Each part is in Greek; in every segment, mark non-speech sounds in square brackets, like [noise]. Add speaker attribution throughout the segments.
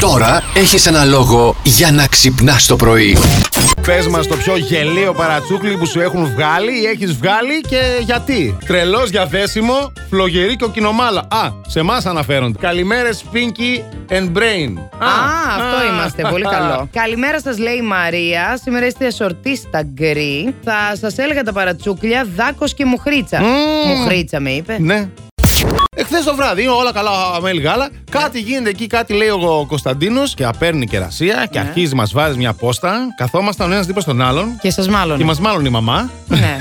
Speaker 1: Τώρα έχεις ένα λόγο για να ξυπνάς το πρωί.
Speaker 2: Πες μας το πιο γελίο παρατσούκλι που σου έχουν βγάλει ή έχεις βγάλει και γιατί. Τρελός διαθέσιμο, φλογερή και οκινομάλα. Α, σε εμάς αναφέρονται. Καλημέρες, Pinky and Brain.
Speaker 3: Α, αυτό είμαστε. Πολύ
Speaker 2: [laughs]
Speaker 3: καλό. Καλημέρα σας, λέει η Μαρία. Σήμερα είστε σορτή στα γκρι. Θα σας έλεγα τα παρατσούκλια δάκος και μουχρίτσα.
Speaker 2: Μμμ.
Speaker 3: Μουχρίτσα με είπε.
Speaker 2: Ναι. Εχθές το βράδυ, είναι όλα καλά, αμέλ γάλα. Κάτι γίνεται εκεί, κάτι λέει ο Κωνσταντίνος και απέρνει κερασία και
Speaker 3: Ναι.
Speaker 2: αρχίζει, μας βάζει μια πόστα. Καθόμασταν ο ένας δίπλα στον άλλον
Speaker 3: Και σας μάλλον.
Speaker 2: και μας μάλλον η μαμά.
Speaker 3: Ναι.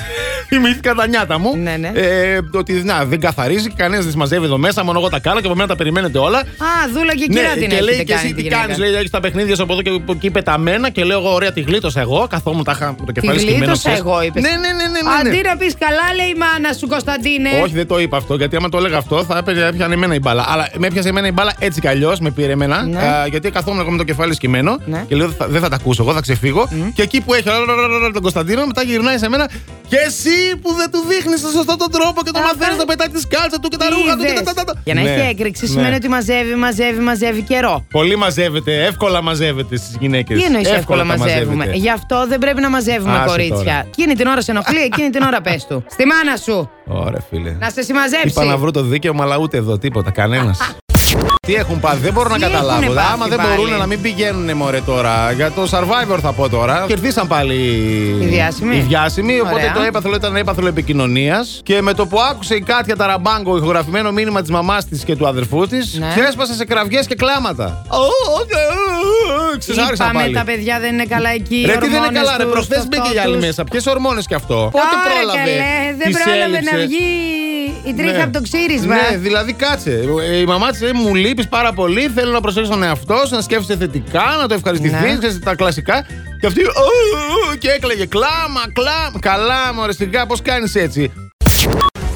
Speaker 2: Θυμήθηκα τα νιάτα μου.
Speaker 3: Ναι, ναι.
Speaker 2: Ε, ότι να, δεν καθαρίζει και κανένας δεν τις μαζεύει εδώ μέσα. Μόνο εγώ τα κάνω και από μένα τα περιμένετε όλα.
Speaker 3: Α, δούλα και κυρία την
Speaker 2: Ναι, και
Speaker 3: έχετε
Speaker 2: λέει και
Speaker 3: κάνει
Speaker 2: εσύ
Speaker 3: τη
Speaker 2: τι
Speaker 3: γυναίκα.
Speaker 2: κάνεις. Λέει, έχεις τα παιχνίδια σου από εδώ και από εκεί πεταμένα. Και λέω εγώ, ωραία, τη γλίτωσα εγώ. Καθόμουν, τα είχα το κεφάλι σκυμμένο.
Speaker 3: γλίτωσα
Speaker 2: ξέρεις.
Speaker 3: εγώ, είπες.
Speaker 2: Ναι, ναι, ναι. ναι, ναι,
Speaker 3: Αντί να πεις καλά, λέει η μάνα σου, Κωνσταντίνε.
Speaker 2: Όχι, δεν το είπα αυτό, γιατί άμα το έλεγα αυτό θα έπαιρνε- έπιανε εμένα η μπάλα. Αλλά με έπιασε εμένα η μπάλα έτσι κι αλλιώς, με πήρε εμένα.
Speaker 3: Ναι.
Speaker 2: α, γιατί καθόμουν εγώ με το κεφάλι σκυμμένο
Speaker 3: Ναι.
Speaker 2: και λέω «Δεν θα- δεν θα τα ακούσω, εγώ θα ξεφύγω. Και εκεί που έχει ραραραραρα τον Κωνσταντίνο, μετά γυρνάει σε μένα και εσύ που δεν του δείχνεις σε σωστό τον τρόπο και το
Speaker 3: Αχα.
Speaker 2: μαθαίνεις να πετάει τη σκάλτσα του και τα
Speaker 3: Τι
Speaker 2: ρούχα του. και
Speaker 3: είδες.
Speaker 2: τα- τα- τα- τα.
Speaker 3: Για να
Speaker 2: Ναι.
Speaker 3: έχει έκρηξη
Speaker 2: Ναι.
Speaker 3: σημαίνει ότι μαζεύει, μαζεύει, μαζεύει καιρό.
Speaker 2: Πολύ μαζεύεται, εύκολα μαζεύεται στις γυναίκες.
Speaker 3: Τι εννοείς εύκολα μαζεύουμε. Γι' αυτό δεν πρέπει να μαζεύουμε,
Speaker 2: Άσε τώρα.
Speaker 3: κορίτσια. Εκείνη την ώρα σε ενοχλεί, εκείνη την ώρα πες του. Στη μάνα σου!
Speaker 2: Ωραία, φίλε.
Speaker 3: Να σε συμμαζέψει.
Speaker 2: Είπα να βρω το δίκαιο μου, αλλά ούτε εδώ τίποτα, κανένας.
Speaker 3: [laughs]
Speaker 2: Τι έχουν πάθει, δεν μπορώ να
Speaker 3: Τι έχουνε
Speaker 2: καταλάβω.
Speaker 3: πάθει
Speaker 2: Άμα δεν
Speaker 3: πάλι.
Speaker 2: μπορούν να μην πηγαίνουν μωρέ τώρα. Για το survivor θα πω τώρα. Κερδίσαν πάλι
Speaker 3: Οι διάσημοι.
Speaker 2: Οι διάσημοι, οπότε
Speaker 3: Ωραία.
Speaker 2: το έπαθλο ήταν έπαθλο επικοινωνίας. Και με το που άκουσε η Κάτια Ταραμπάγκο ηχογραφημένο μήνυμα της μαμάς της και του αδερφού της,
Speaker 3: Ναι.
Speaker 2: ξέσπασε σε κραυγές και κλάματα. Ξεσάρισαν
Speaker 3: Είπαμε
Speaker 2: πάλι.
Speaker 3: τα παιδιά δεν είναι καλά εκεί. οι
Speaker 2: Ρε τι δεν είναι
Speaker 3: ορμόνες
Speaker 2: καλά, ρε.
Speaker 3: τους,
Speaker 2: Προχθές
Speaker 3: το
Speaker 2: μπήκε η
Speaker 3: αυτό
Speaker 2: άλλη
Speaker 3: τους.
Speaker 2: μέσα. Ποιες ορμόνες κι αυτό. Πότε
Speaker 3: Τώρα,
Speaker 2: πρόλαβε.
Speaker 3: καλέ, δεν
Speaker 2: τις
Speaker 3: πρόλαβε
Speaker 2: έλειψες.
Speaker 3: να βγει η τρίχα
Speaker 2: Ναι.
Speaker 3: από το ξύρισμα.
Speaker 2: Ναι, δηλαδή κάτσε. Ε, Η μαμά της λέει: Μου λείπεις πάρα πολύ. Θέλω να προσέξει τον εαυτό σου, να σκέφτεσαι θετικά, να το ευχαριστηθείς.
Speaker 3: Ναι.
Speaker 2: Τα κλασικά. Και αυτή. «Ου, ου, ου», Και έκλαιγε. Κλάμα, κλάμα. Καλά, μου αρεστικά, πώς κάνεις έτσι.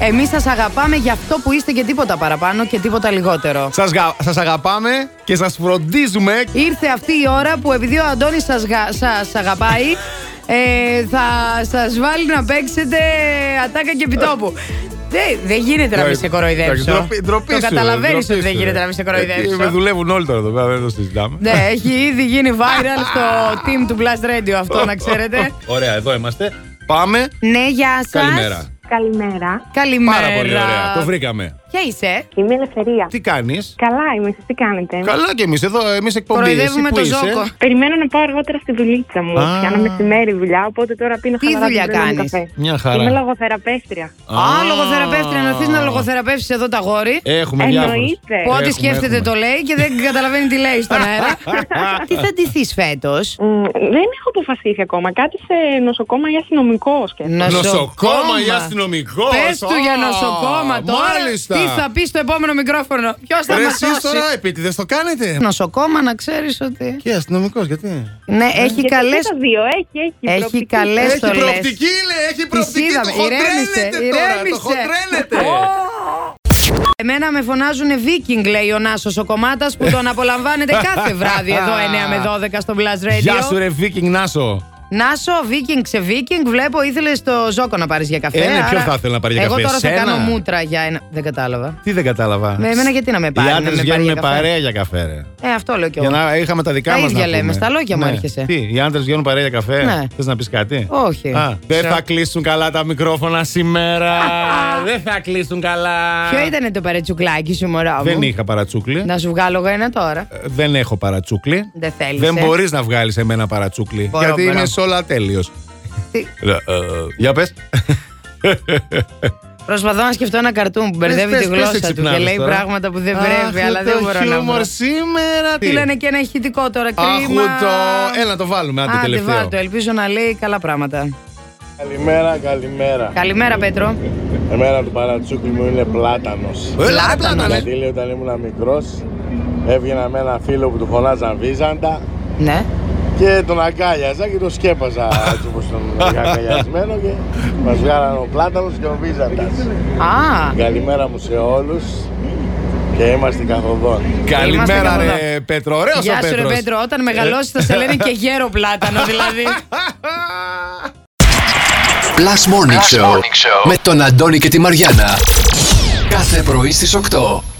Speaker 3: Εμείς σας αγαπάμε για αυτό που είστε και τίποτα παραπάνω και τίποτα λιγότερο.
Speaker 2: Σας σας αγαπάμε και σας φροντίζουμε.
Speaker 3: Ήρθε αυτή η ώρα που επειδή ο Αντώνης σας, γα- σας αγαπάει ε, θα σας βάλει να παίξετε ατάκα και επιτόπου. Δεν δεν γίνεται να μην σε κοροϊδέψω.
Speaker 2: Ε. Ντροπή- ντροπή σου,
Speaker 3: Το καταλαβαίνεις
Speaker 2: ντροπή
Speaker 3: ότι δεν
Speaker 2: σου.
Speaker 3: γίνεται να μην σε
Speaker 2: Ε, Με
Speaker 3: κοροϊδέψω.
Speaker 2: δουλεύουν όλοι τώρα εδώ πέρα, δεν το συζητάμε.
Speaker 3: Ναι, έχει ήδη γίνει viral στο team του Blast Radio αυτό να ξέρετε.
Speaker 2: [laughs] Ωραία, εδώ είμαστε. Πάμε.
Speaker 3: Ναι, γεια σας.
Speaker 2: Καλημέρα.
Speaker 4: Καλημέρα.
Speaker 3: Καλημέρα.
Speaker 2: Πάρα πολύ ωραία. Το βρήκαμε.
Speaker 3: Ποια είσαι?
Speaker 4: Είμαι η Ελευθερία.
Speaker 2: Τι κάνεις.
Speaker 4: Καλά είμαι, εσείς τι κάνετε.
Speaker 2: Καλά και εμείς εδώ, εμείς εκπομπής.
Speaker 3: Κοροϊδεύουμε
Speaker 2: Εσύ
Speaker 3: το
Speaker 2: που είσαι?
Speaker 3: ζώκο.
Speaker 4: Περιμένω να πάω αργότερα στη δουλίτσα μου.
Speaker 2: Α.
Speaker 4: Πιάνω μεσημέρι δουλειά, οπότε τώρα πίνω
Speaker 3: Τι
Speaker 4: χαλαρά
Speaker 3: δουλειά
Speaker 4: το πρωινό μου
Speaker 3: κάνεις?
Speaker 4: καφέ.
Speaker 2: Μια χαρά.
Speaker 4: Είμαι λογοθεραπεύτρια.
Speaker 3: Α, λογοθεραπεύτρια, να θες να λογοθεραπεύσεις εδώ τα γόρι.
Speaker 2: Έχουμε
Speaker 4: Εννοείται.
Speaker 2: διάφορους.
Speaker 4: Που
Speaker 3: Που ό,τι
Speaker 2: Ε, Έχουμε,
Speaker 3: σκέφτεται
Speaker 2: έχουμε.
Speaker 3: το λέει και δεν καταλαβαίνει τι λέει στον αέρα. τι θα ντυθείς φέτος.
Speaker 4: Μ, δεν έχω αποφασίσει ακόμα. Κάτι σε νοσοκόμα ή αστυνομικό σκέφτομαι.
Speaker 2: Νοσοκόμα ή αστυνομικός.
Speaker 3: Πες του για νοσοκόμα τώρα.
Speaker 2: Μάλιστα.
Speaker 3: Τι θα πεις στο επόμενο μικρόφωνο. Ποιος θα
Speaker 2: Ρε
Speaker 3: μας
Speaker 2: εσείς τώρα
Speaker 3: σώσει.
Speaker 2: επίτηδες το
Speaker 3: Ναι.
Speaker 2: κάνετε.
Speaker 3: Νοσοκόμα να ξέρεις ότι.
Speaker 2: Και αστυνομικός, γιατί.
Speaker 3: Ναι, έχει
Speaker 4: Και
Speaker 3: καλέ.
Speaker 4: τα δύο, έχει, έχει.
Speaker 3: Έχει
Speaker 4: προοπτική.
Speaker 3: καλές-
Speaker 2: Έχει
Speaker 3: Έστω λες.
Speaker 2: προοπτική, λέει, έχει προοπτική. Το
Speaker 3: είδαμε.
Speaker 2: χοντρένετε
Speaker 3: Ηρέμησε,
Speaker 2: τώρα, το
Speaker 3: ηρέμησε.
Speaker 2: χοντρένετε.
Speaker 3: Εμένα με φωνάζουν Viking, λέει ο Νάσος ο Κομμάτα που τον απολαμβάνεται κάθε βράδυ εδώ
Speaker 2: [laughs]
Speaker 3: 9 με 12 στο Blast Radio.
Speaker 2: Γεια σου ρε Βίκινγκ Νάσο.
Speaker 3: Νάσο, Viking σε Viking, βλέπω ήθελες το ζόκο να πάρεις για καφέ.
Speaker 2: Ε, ναι, ποιον
Speaker 3: άρα
Speaker 2: θα ήθελα να πάρει για
Speaker 3: εγώ
Speaker 2: καφέ,
Speaker 3: τώρα
Speaker 2: εσένα?
Speaker 3: θα κάνω μούτρα για ένα. Δεν κατάλαβα.
Speaker 2: Τι δεν κατάλαβα.
Speaker 3: Με εμένα γιατί να με πάρει,
Speaker 2: Οι
Speaker 3: να
Speaker 2: άντρες
Speaker 3: με πάρει
Speaker 2: βγαίνουν
Speaker 3: για καφέ.
Speaker 2: παρέα για καφέ, ρε.
Speaker 3: Ε, αυτό λέω κι
Speaker 2: Για
Speaker 3: εγώ.
Speaker 2: να είχαμε τα δικά
Speaker 3: Τα
Speaker 2: μας.
Speaker 3: ίδια λέμε, στα λόγια μου έρχεσαι.
Speaker 2: Τι, οι άντρες βγαίνουν παρέα για καφέ.
Speaker 3: Ναι.
Speaker 2: Θες να πεις κάτι.
Speaker 3: Όχι.
Speaker 2: Α, δεν
Speaker 3: Ξέρω.
Speaker 2: θα κλείσουν καλά τα μικρόφωνα σήμερα. [laughs] δεν θα κλείσουν καλά.
Speaker 3: Ποιο ήταν το παρετσουκλάκι σου, μωρά μου.
Speaker 2: Δεν είχα παρατσούκλι.
Speaker 3: Να σου βγάλω εγώ ένα τώρα.
Speaker 2: Ε, Δεν έχω παρατσούκλι.
Speaker 3: Δεν θέλεις,
Speaker 2: Δεν
Speaker 3: ε.
Speaker 2: μπορείς να βγάλεις εμένα παρατσούκλι.
Speaker 3: Μπορώ,
Speaker 2: γιατί
Speaker 3: μπορώ.
Speaker 2: είμαι σε όλα τέλειος.
Speaker 3: Τι-
Speaker 2: Για πες.
Speaker 3: Προσπαθώ να σκεφτώ ένα καρτούν που μπερδεύει τη γλώσσα του και λέει πράγματα που δεν πρέπει, αλλά δεν μπορώ να βρω.
Speaker 2: σήμερα. τι.
Speaker 3: Στείλανε και ένα ηχητικό τώρα,
Speaker 2: Αχ,
Speaker 3: κρίμα.
Speaker 2: το. Έλα, το βάλουμε. Άντε,
Speaker 3: Άντε,
Speaker 2: τελευταίο.
Speaker 3: βάλ' το. Ελπίζω να λέει καλά πράγματα.
Speaker 5: Καλημέρα, καλημέρα.
Speaker 3: Καλημέρα, Πέτρο.
Speaker 5: Εμένα το παρατσούκλι μου είναι πλάτανος.
Speaker 2: Έλα, απλά να λέει.
Speaker 5: Δηλαδή όταν ήμουν μικρός, έβγαινα με ένα φίλο που του φωνάζαν Βίζαντα
Speaker 3: Ναι.
Speaker 5: και τον αγκάλιαζα και τον σκέπαζα έτσι όπως τον είχα αγκαλιασμένο και μας βγάλανε ο πλάτανος και ο Βίζαντας.
Speaker 3: Α,
Speaker 5: Καλημέρα μου σε όλους και είμαστε καθοδόν.
Speaker 2: Καλημέρα,
Speaker 3: Είμαστε
Speaker 2: ρε Πέτρο. Ωραίος ο
Speaker 3: γεια σου, ρε
Speaker 2: Πέτρος. Ε.
Speaker 3: Πέτρο. Όταν μεγαλώσεις θα σε λένε και γέρο πλάτανο, δηλαδή.
Speaker 2: [laughs]
Speaker 1: Plus Morning, Show, με τον Αντώνη και τη Μαριάνα. Κάθε πρωί στις 8.